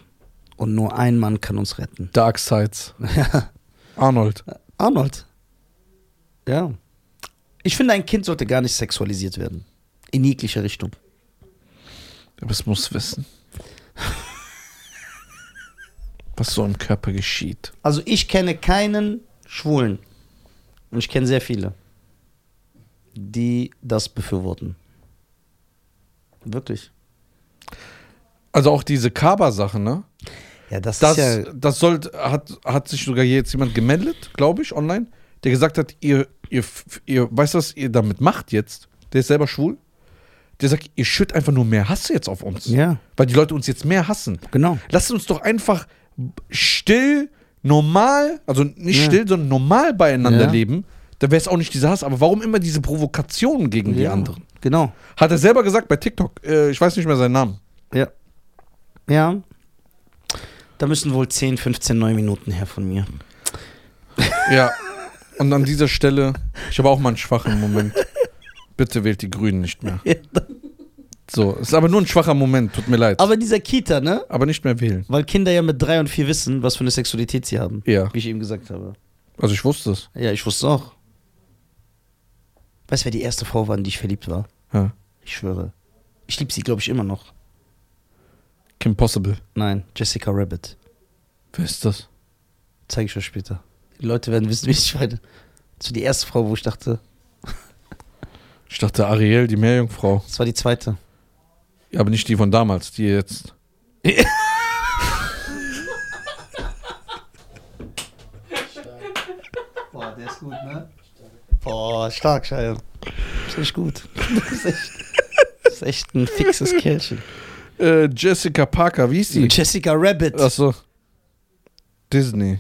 A: Und nur ein Mann kann uns retten.
D: Dark Sides. Arnold.
A: Arnold. Ja. Ich finde, ein Kind sollte gar nicht sexualisiert werden. In jeglicher Richtung.
D: Aber es muss wissen. Was so im Körper geschieht.
A: Also ich kenne keinen Schwulen. Und ich kenne sehr viele, die das befürworten. Wirklich.
D: Also auch diese Kaba-Sache, ne?
A: Ja, das, ist
D: Das,
A: ja.
D: das soll, hat, hat sich sogar jetzt jemand gemeldet, glaube ich, online, der gesagt hat, ihr, ihr, ihr, weißt du, was ihr damit macht jetzt? Der ist selber schwul. Der sagt, ihr schüttet einfach nur mehr Hass jetzt auf uns.
A: Ja,
D: Weil die Leute uns jetzt mehr hassen.
A: genau.
D: Lasst uns doch einfach still, normal, also nicht
A: Ja.
D: still, sondern normal beieinander
A: Ja.
D: leben. Da wäre es auch nicht dieser Hass. Aber warum immer diese Provokationen gegen die
A: ja,
D: anderen?
A: Genau.
D: Hat er selber gesagt bei TikTok. Äh, ich weiß nicht mehr seinen Namen.
A: Ja. Ja. Da müssen wohl 10, 15 neue Minuten her von mir.
D: Ja. Und an dieser Stelle, ich habe auch mal einen schwachen Moment. Bitte wählt die Grünen nicht mehr. So, ist aber nur ein schwacher Moment, tut mir leid.
A: Aber in dieser Kita, ne?
D: aber nicht mehr wählen.
A: Weil Kinder ja mit drei und vier wissen, was für eine Sexualität sie haben.
D: Ja,
A: Wie ich eben gesagt habe.
D: also ich wusste es.
A: Ja, ich wusste auch. Weißt du, wer die erste Frau war, in die ich verliebt war?
D: Ja.
A: Ich schwöre. Ich liebe sie, glaube ich, immer noch.
D: Kim Possible.
A: Nein, Jessica Rabbit.
D: Wer ist das?
A: Zeige ich euch später. Die Leute werden wissen, wie ich meine. Das war die erste Frau, wo ich dachte,
D: Ich dachte Ariel, die Meerjungfrau.
A: das war die zweite.
D: Ja, aber nicht die von damals, die jetzt.
A: Boah, der ist gut, ne? Boah, stark, Scheiße. Ist echt gut. Ist echt, ist echt ein fixes Kerlchen.
D: Äh, Jessica Parker, wie hieß die?
A: Jessica Rabbit.
D: Achso. Disney.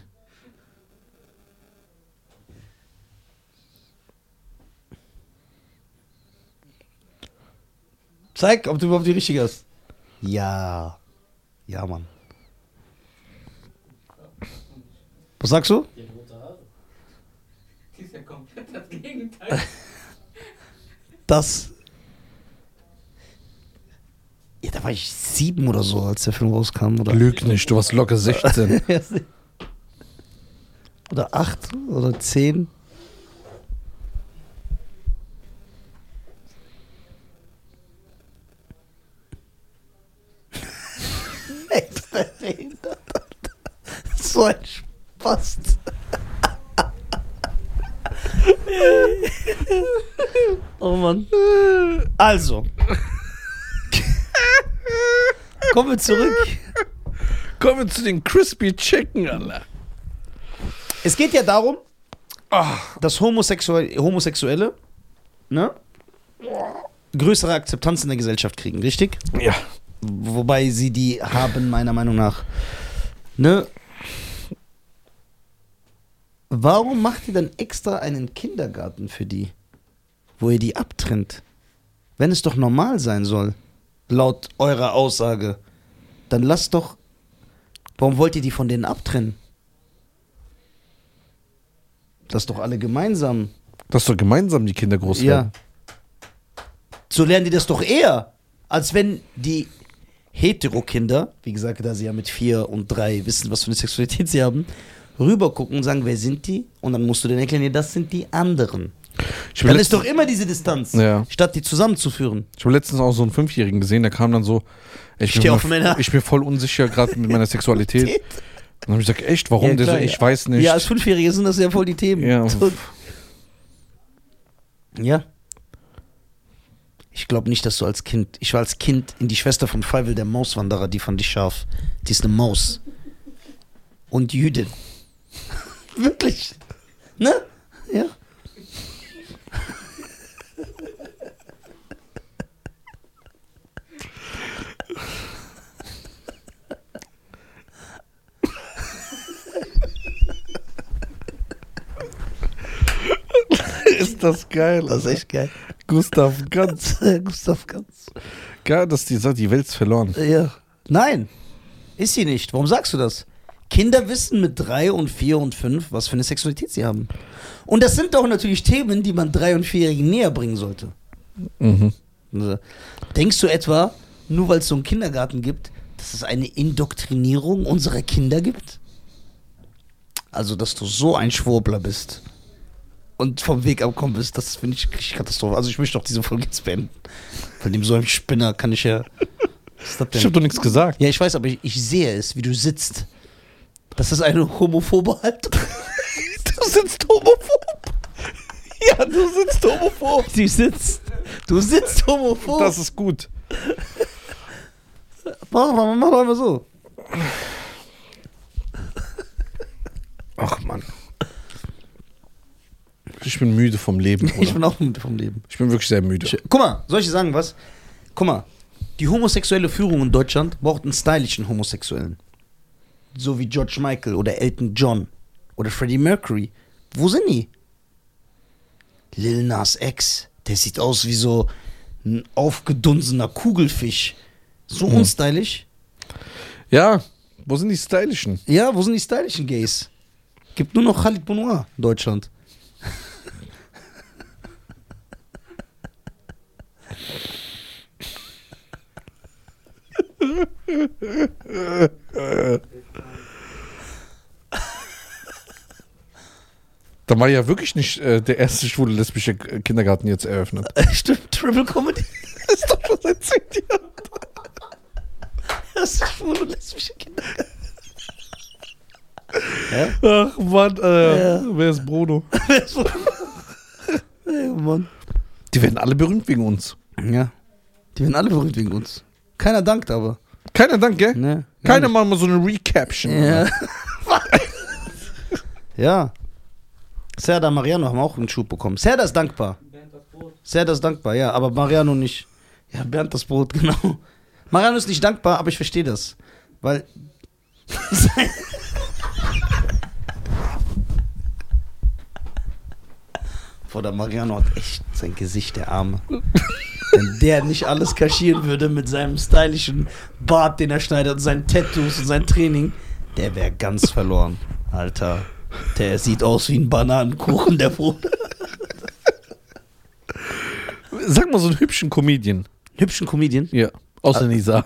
A: Zeig, ob du überhaupt die richtige hast. Ja. Ja, Mann. Was sagst du?
E: Die hat rote Haare. Die ist ja komplett das Gegenteil.
A: Das. Ja, da war ich sieben oder so, als der Film rauskam. Oder,
D: Lüg nicht, du warst locker 16.
A: oder acht oder zehn. Extra behindert. so ein Spast. oh Mann. Also. Kommen wir zurück.
D: Kommen wir zu den Crispy Chicken, Alter.
A: Es geht ja darum, dass Homosexuelle, Homosexuelle ne, größere Akzeptanz in der Gesellschaft kriegen, richtig?
D: Ja.
A: Wobei sie die haben, meiner Meinung nach. Ne? Warum macht ihr dann extra einen Kindergarten für die, wo ihr die abtrennt? Wenn es doch normal sein soll, laut eurer Aussage, dann lasst doch. Warum wollt ihr die von denen abtrennen? Lass doch alle gemeinsam.
D: Dass du gemeinsam die Kinder groß
A: Ja. So lernen die das doch eher, als wenn die Hetero-Kinder, wie gesagt, da sie ja mit vier und drei wissen, was für eine Sexualität sie haben, rübergucken und sagen, wer sind die? Und dann musst du denen erklären, nee, das sind die anderen.
D: Ich
A: Dann
D: habe
A: ist
D: letztens,
A: doch immer diese Distanz,
D: Ja.
A: statt die zusammenzuführen.
D: ich hab letztens auch so einen Fünfjährigen gesehen, der kam dann so. ey, Ich
A: Steh
D: bin
A: auf,
D: mal-
A: Männer.
D: Ich bin voll unsicher gerade mit meiner Sexualität. Und dann habe ich gesagt, echt, warum?
A: Ja,
D: der so,
A: klar,
D: ey, ich weiß nicht.
A: Ja, als Fünfjährige sind das ja voll die Themen.
D: Ja.
A: So. ja. Ich glaube nicht, dass du als Kind. Ich war als Kind in die Schwester von Feivel, der Mauswanderer, die fand ich scharf. Die ist eine Maus. Und Jüdin. Wirklich. Ne? Ja.
D: ist das geil.
A: Das ist
D: Alter.
A: echt geil.
D: Gustav ganz
A: Gustav Ganz.
D: geil, dass die sagt, die Welt's verloren.
A: Ja. Nein. Ist sie nicht. Warum sagst du das? Kinder wissen mit drei und vier und fünf, was für eine Sexualität sie haben. Und das sind doch natürlich Themen, die man drei- und vierjährigen näher bringen sollte.
D: Mhm.
A: Also, Denkst du etwa, nur weil es so einen Kindergarten gibt, dass es eine Indoktrinierung unserer Kinder gibt? Also, dass du so ein Schwurbler bist und vom Weg abkommen bist, das finde ich richtig Katastrophe. Also, ich möchte doch diese Folge jetzt beenden. Von dem so einem Spinner kann ich ja. Was ist das
D: Ich habe
A: denn?
D: doch nichts gesagt.
A: Ja, ich weiß, aber ich, ich sehe es, wie du sitzt. Das ist eine homophobe Haltung.
D: Du sitzt homophob. Ja, du sitzt homophob.
A: Du sitzt. Du sitzt homophob.
D: Das ist gut.
A: mach, mach, mach doch einmal so.
D: Ach Mann. Ich bin müde vom Leben,
A: Ich
D: Bruder.
A: bin auch müde vom Leben.
D: Ich bin wirklich sehr müde.
A: Guck mal, soll ich dir sagen was? Guck mal, die homosexuelle Führung in Deutschland braucht einen stylischen Homosexuellen. So wie George Michael oder Elton John oder Freddie Mercury. Wo sind die? Lil Nas X, der sieht aus wie so ein aufgedunsener Kugelfisch. So unstylisch.
D: Ja, wo sind die Stylischen?
A: Ja, wo sind die stylischen Gays? Gibt nur noch Khalid Bonoir in Deutschland.
D: Da war ja wirklich nicht äh, der erste schwule lesbische K- Kindergarten jetzt eröffnet.
A: Äh, Stimmt, Triple Comedy.
D: Das ist doch schon seit zehn Jahren.
A: Das ist schwul und lesbische Kinder.
D: Ach Mann, äh,
A: Ja.
D: wer ist Bruno?
A: Ey, oh Mann.
D: Die werden alle berühmt wegen uns.
A: Ja. Die werden alle verrückt wegen uns. Keiner dankt aber.
D: Keiner Dank, gell?
A: Ne?
D: Keiner macht mal so eine Recaption.
A: Ja. ja. Serda Mariano haben auch einen Schub bekommen. Serda ist dankbar.
E: Bernd das Brot.
A: Serda ist dankbar, ja, aber Mariano nicht. Ja, Bernd das Brot, genau. Mariano ist nicht dankbar, aber ich verstehe das. Weil. Boah, der Mariano hat echt sein Gesicht, der Arme. Wenn der nicht alles kaschieren würde mit seinem stylischen Bart, den er schneidet, und seinen Tattoos und sein Training, der wäre ganz verloren. Alter, der sieht aus wie ein Bananenkuchen, der Bruder.
D: Sag mal so einen hübschen Comedian.
A: Hübschen Comedian.
D: Ja. Außer Nisa.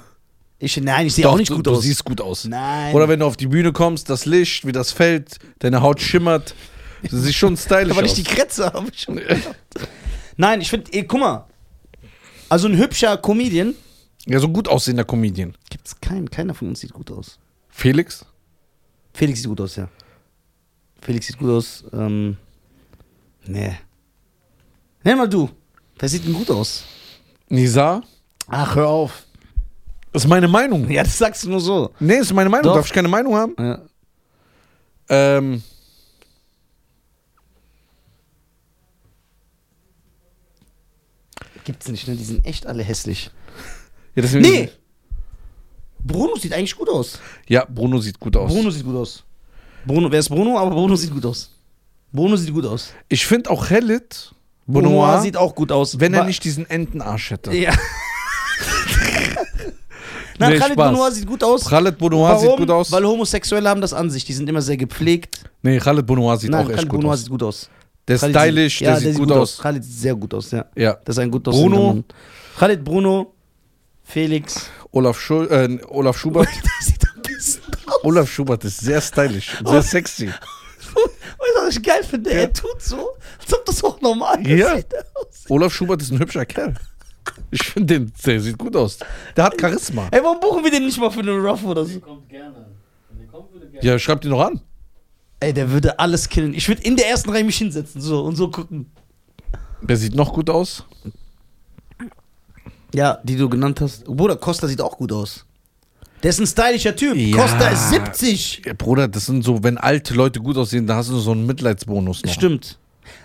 A: Ich, nein, ich sehe auch Äh, nicht
D: du,
A: gut
D: du
A: aus.
D: siehst gut aus.
A: Nein.
D: Oder wenn du auf die Bühne kommst, das Licht, wie das fällt, deine Haut schimmert. Du siehst schon stylisch
A: weil ich
D: aus.
A: die Kretze habe. ich schon gedacht. Nein, ich finde, guck mal. Also ein hübscher Comedian.
D: Ja, so gut aussehender Comedian.
A: Gibt's keinen. Keiner von uns sieht gut aus.
D: Felix?
A: Felix sieht gut aus, ja. Felix sieht gut aus. Ähm, nee. Nenn mal du. Wer sieht denn gut aus?
D: Nisa?
A: Ach, hör auf.
D: Das ist meine Meinung.
A: Ja, das sagst du nur so.
D: Nee, das ist meine Meinung.
A: Doch.
D: Darf ich keine Meinung haben?
A: Ja.
D: Ähm.
A: Gibt's nicht, ne? Die sind echt alle hässlich.
D: Ja, deswegen-
A: Nee! Bruno sieht eigentlich gut aus.
D: Ja, Bruno sieht gut aus.
A: Bruno sieht gut aus. Bruno, wer ist Bruno? Aber Bruno sieht gut aus. Bruno sieht gut aus.
D: Ich finde auch Hellit,
A: Bruno
D: Bonoir,
A: sieht auch gut aus.
D: wenn er
A: Wa-
D: nicht diesen Entenarsch hätte.
A: Ja. Nein,
D: Nee,
A: Khaled
D: Spaß.
A: Bonoir sieht gut aus.
D: Khaled Bonoir sieht gut aus.
A: Weil Homosexuelle haben das an sich. Die sind immer sehr gepflegt.
D: Nee, Khaled Bonoir sieht auch
A: Nein,
D: echt
A: Khaled
D: gut
A: Bonoir
D: aus.
A: sieht gut aus.
D: Der ist
A: Khaled
D: stylisch,
A: ja,
D: der sieht gut aus.
A: Khaled sieht sehr gut aus, ja.
D: Ja.
A: Das ist ein gut
D: Bruno.
A: aussehender Mann. Khaled, Bruno, Felix.
D: Olaf, Schul äh, Olaf Schubert.
A: der sieht am besten aus.
D: Olaf Schubert ist sehr stylisch, und sehr sexy.
A: Weißt du, was ich geil finde?
D: Ja.
A: Er tut so, als ob das auch normal
D: Ja.
A: ist. Aus.
D: Olaf Schubert ist ein hübscher Kerl. Ich finde den, der sieht gut aus. Der hat Charisma.
A: Ey, warum buchen wir den nicht mal für einen Ruff oder so?
C: Der kommt gerne. Wenn der kommt, würde gerne.
D: Ja, schreib den noch an.
A: Ey, der würde alles killen. Ich würde in der ersten Reihe mich hinsetzen so und so gucken.
D: Wer sieht noch gut aus?
A: Ja, die du genannt hast. Bruder, Costa sieht auch gut aus. Der ist ein stylischer Typ.
D: Ja.
A: Costa ist 70.
D: Ja, Bruder, das sind so, wenn alte Leute gut aussehen, da hast du so einen Mitleidsbonus noch.
A: Stimmt.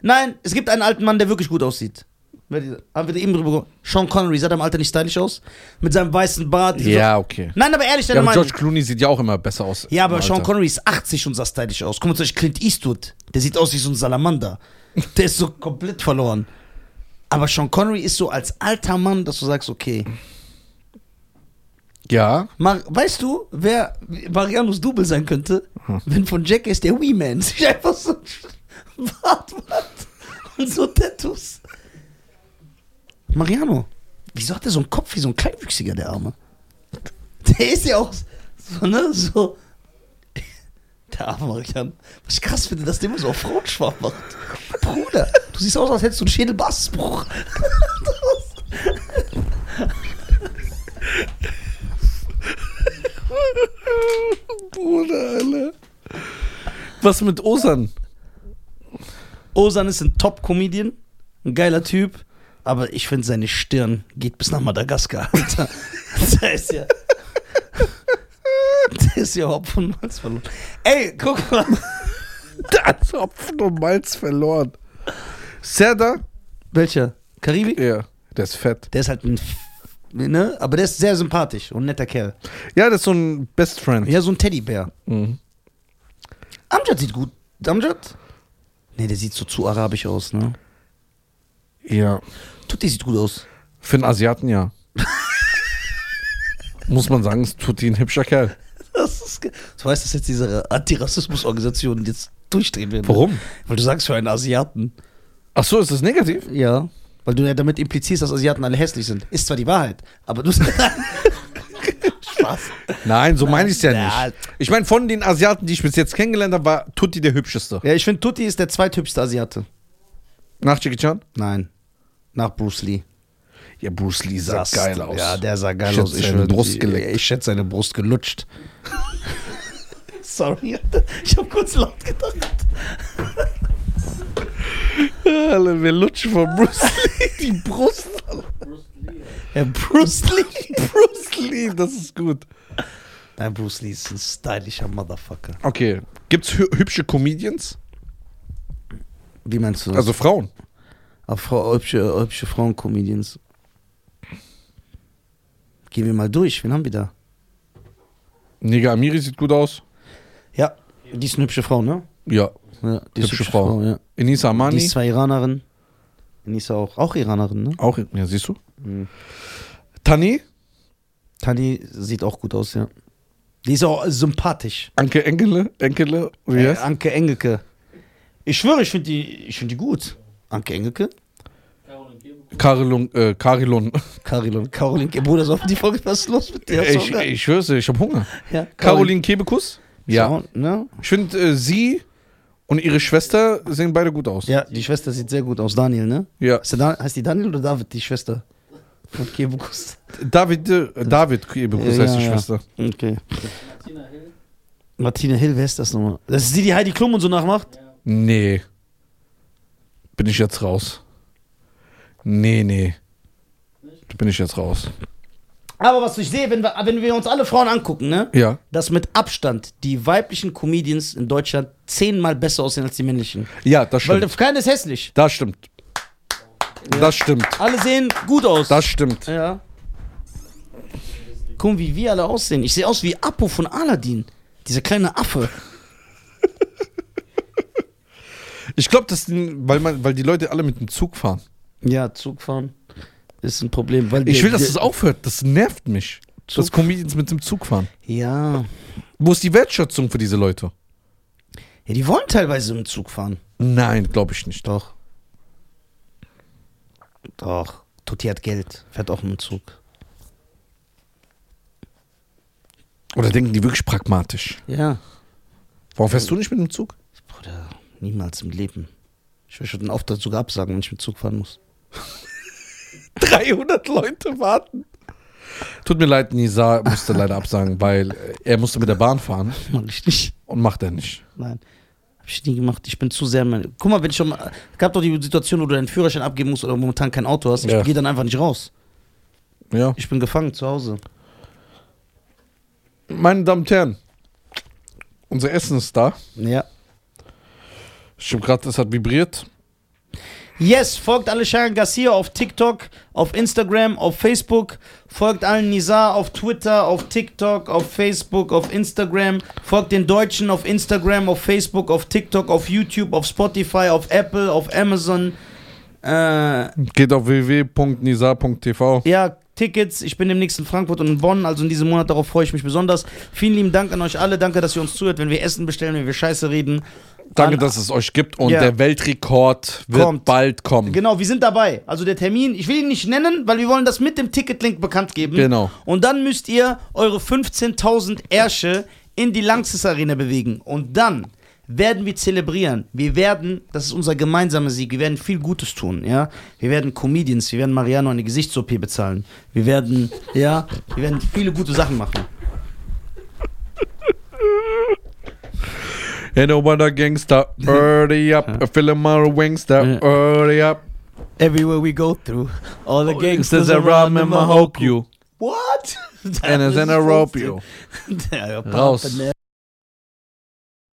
A: Nein, es gibt einen alten Mann, der wirklich gut aussieht. Wer die- Haben wir eben drüber gesprochen. Sean Connery, sah der im Alter nicht stylisch aus? Mit seinem weißen Bart. diese-
D: Ja, okay.
A: Nein, aber ehrlich, deine
D: Ja, aber
A: Meinung.
D: George Clooney sieht ja auch immer besser aus.
A: Ja, aber
D: im
A: Sean
D: Alter.
A: Connery ist 80 und sah stylisch aus. Guck mal, zum Beispiel Clint Eastwood. Der sieht aus wie so ein Salamander. Der ist so komplett verloren. Aber Sean Connery ist so als alter Mann, dass du sagst, okay.
D: Ja.
A: Mar weißt du, wer Marianus Double sein könnte? Wenn von Jack ist der Wee Man sich einfach so einen Bart macht und so Tattoos. Mariano, wieso hat er so einen Kopf wie so ein Kleinwüchsiger, der Arme? Der ist ja auch so, ne, so. Der arme Mariano. Was ich krass finde, dass der immer so auf Frauen schwach macht. Bruder, du siehst aus, als hättest du einen Schädelbasisbruch.
D: Bruder, Alter. Was mit Osan?
A: Osan ist ein Top-Comedian, ein geiler Typ, aber ich finde seine Stirn geht bis nach Madagaskar, Alter. Der ist ja. Der ist ja Hopf und Malz verloren. Ey, guck mal.
D: Der hat Hopfen und Malz verloren. Serda?
A: Welcher? Karibik?
D: Ja. Der ist fett.
A: Der ist halt ein. F- Ne? Aber der ist sehr sympathisch und ein netter Kerl.
D: Ja, der ist so ein Best Friend.
A: Ja, so ein Teddybär.
D: Mhm.
A: Amjad sieht gut. Amjad? Ne, der sieht so zu arabisch aus, ne?
D: Ja.
A: Tutti sieht gut aus.
D: Für einen Asiaten, ja. Muss man sagen, es tut ihn ein hübscher Kerl.
A: Das ist ge- du weißt, dass jetzt diese Antirassismusorganisationen jetzt durchdrehen werden.
D: Warum?
A: Weil du sagst für einen Asiaten.
D: Ach so, ist das negativ?
A: Ja. Weil du ja damit implizierst, dass Asiaten alle hässlich sind. Ist zwar die Wahrheit, aber du. ich Spaß.
D: Nein, so meine ich es ja
A: Ja.
D: nicht. Ich meine, von den Asiaten, die ich bis jetzt kennengelernt habe, war Tutti der hübscheste.
A: Ja, ich finde, Tutti ist der zweithübschste Asiate.
D: Nach Jackie Chan?
A: Nein. Nach Bruce Lee.
D: Ja, Bruce Lee sah
A: Saß-
D: geil aus.
A: Ja, der sah geil
D: Ich
A: aus.
D: hätte seine
A: würd-
D: Brust geleckt.
A: Ich hätte seine Brust gelutscht. Sorry, Alter. ich habe kurz laut gedacht.
D: Alter, wir lutschen von Bruce Lee die Brust.
C: Bruce Lee.
A: Herr Bruce Lee.
D: Bruce Lee, das ist gut.
A: Nein, Bruce Lee ist ein stylischer Motherfucker.
D: Okay, gibt's hü hübsche Comedians?
A: Wie meinst du das?
D: Also Frauen.
A: Auf Frau, hübsche, hübsche Frauen-Comedians. Gehen wir mal durch. Wen haben wir da?
D: Nega Amiri sieht gut aus.
A: Ja, die ist eine hübsche Frau, ne?
D: Ja.
A: Ja, die ist
D: Hübsche Frau.
A: ja.
D: Enisa
A: Die
D: Amani.
A: ist zwar Iranerin. Nisa auch. Auch Iranerin, ne?
D: Auch, ja, siehst du?
A: Hm.
D: Tani,
A: Tani sieht auch gut aus, ja. Die ist auch sympathisch.
D: Anke Enkele, Enkele, wie
A: Äh,
D: heißt?
A: Anke Engelke. Ich schwöre, ich finde die, ich find die gut. Anke Engelke?
C: Caroline Kebekus.
D: Karilon, äh, Karilon.
A: Caroline, Caroline, ihr Bruder ist auf die Folge. Was ist los mit dir? Hast du
D: Ich,
A: Hunger?
D: ich schwör's dir, ich hab Hunger.
A: ja,
D: Caroline Kebekus? Ja.
A: Ja. Ne?
D: Ich finde, äh, sie und ihre Schwester sehen beide gut aus.
A: ja, die Schwester sieht sehr gut aus. Daniel, ne?
D: Ja.
A: Ist der Dan heißt die Daniel oder David, die Schwester? Von Kebekus.
D: David, äh, David Kebekus
A: Ja,
D: heißt die
A: ja.
D: Schwester.
A: Okay.
C: Martina Hill.
A: Martina Hill, wer ist das nochmal? Das ist die, die Heidi Klum und so nachmacht?
D: Nee. Bin ich jetzt raus? Nee, nee. Da bin ich jetzt raus.
A: Aber was ich sehe, wenn wir, wenn wir uns alle Frauen angucken, ne?
D: Ja.
A: Dass mit Abstand die weiblichen Comedians in Deutschland zehnmal besser aussehen als die männlichen.
D: Ja, das
A: Weil
D: stimmt.
A: keiner ist hässlich.
D: Das stimmt. Das stimmt.
A: Alle sehen gut aus.
D: Das stimmt.
A: ja. Guck, wie wir alle aussehen. Ich sehe aus wie Apo von Aladdin. Dieser kleine Affe.
D: Ich glaube, das, weil man, weil die Leute alle mit dem Zug fahren.
A: Ja, Zugfahren ist ein Problem. Weil
D: Ich
A: der-
D: will, dass
A: der-
D: das aufhört. Das nervt mich. Dass
A: Zug-
D: Comedians mit dem Zug fahren.
A: Ja.
D: Wo ist die Wertschätzung für diese Leute?
A: Ja, die wollen teilweise im Zug fahren.
D: Nein, glaube ich nicht.
A: Doch. Doch. Tutti hat Geld. Fährt auch mit dem Zug.
D: Oder denken die wirklich pragmatisch?
A: Ja.
D: Warum fährst du nicht mit dem Zug?
A: Bruder, niemals im Leben. Ich will schon den Auftrag sogar absagen, wenn ich mit Zug fahren muss.
D: 300 Leute warten. Tut mir leid, Nisa musste leider absagen, weil äh, er musste mit der Bahn fahren
A: Mach ich nicht.
D: und macht er nicht.
A: Nein. Hab ich nie gemacht. Ich bin zu sehr. Mein Guck mal, wenn ich schon mal. Gab doch die Situation, wo du deinen Führerschein abgeben musst oder momentan kein Auto hast.
D: Ja.
A: Ich gehe dann einfach nicht raus.
D: Ja.
A: Ich bin gefangen zu Hause.
D: Meine Damen und Herren, unser Essen ist da.
A: Ja.
D: Ich habe gerade, es hat vibriert.
A: Yes, folgt alle Sharon Garcia auf TikTok, auf Instagram, auf Facebook. Folgt allen Nizar auf Twitter, auf TikTok, auf Facebook, auf Instagram. Folgt den Deutschen auf Instagram, auf Facebook, auf TikTok, auf YouTube, auf Spotify, auf Apple, auf Amazon. Äh,
D: Geht auf www.nisa.tv.
A: ja, Tickets. Ich bin demnächst in Frankfurt und in Bonn, also in diesem Monat, darauf freue ich mich besonders. Vielen lieben Dank an euch alle. Danke, dass ihr uns zuhört, wenn wir Essen bestellen, wenn wir Scheiße reden.
D: Danke,
A: An-
D: dass es euch gibt und
A: Ja.
D: der Weltrekord wird
A: Kommt.
D: bald kommen.
A: Genau, wir sind dabei. Also der Termin, ich will ihn nicht nennen, weil wir wollen das mit dem Ticketlink bekannt geben.
D: Genau.
A: Und dann müsst ihr eure 15.000 Ärsche in die Lanxess Arena bewegen. Und dann werden wir zelebrieren. Wir werden, das ist unser gemeinsamer Sieg, wir werden viel Gutes tun, ja. Wir werden Comedians, wir werden Mariano eine Gesichts-OP bezahlen. Wir werden, ja, wir werden viele gute Sachen machen.
D: Hello, what a gangster, hurry up. I feel my wingster,
A: Ja.
D: hurry up.
A: Everywhere we go through, all the
D: Gangsters
A: gangsters
D: around
A: around
D: me,
A: in
D: I hope you.
A: Oh, What?
D: And then I rope you.
A: Der
D: Raus.
A: Partner.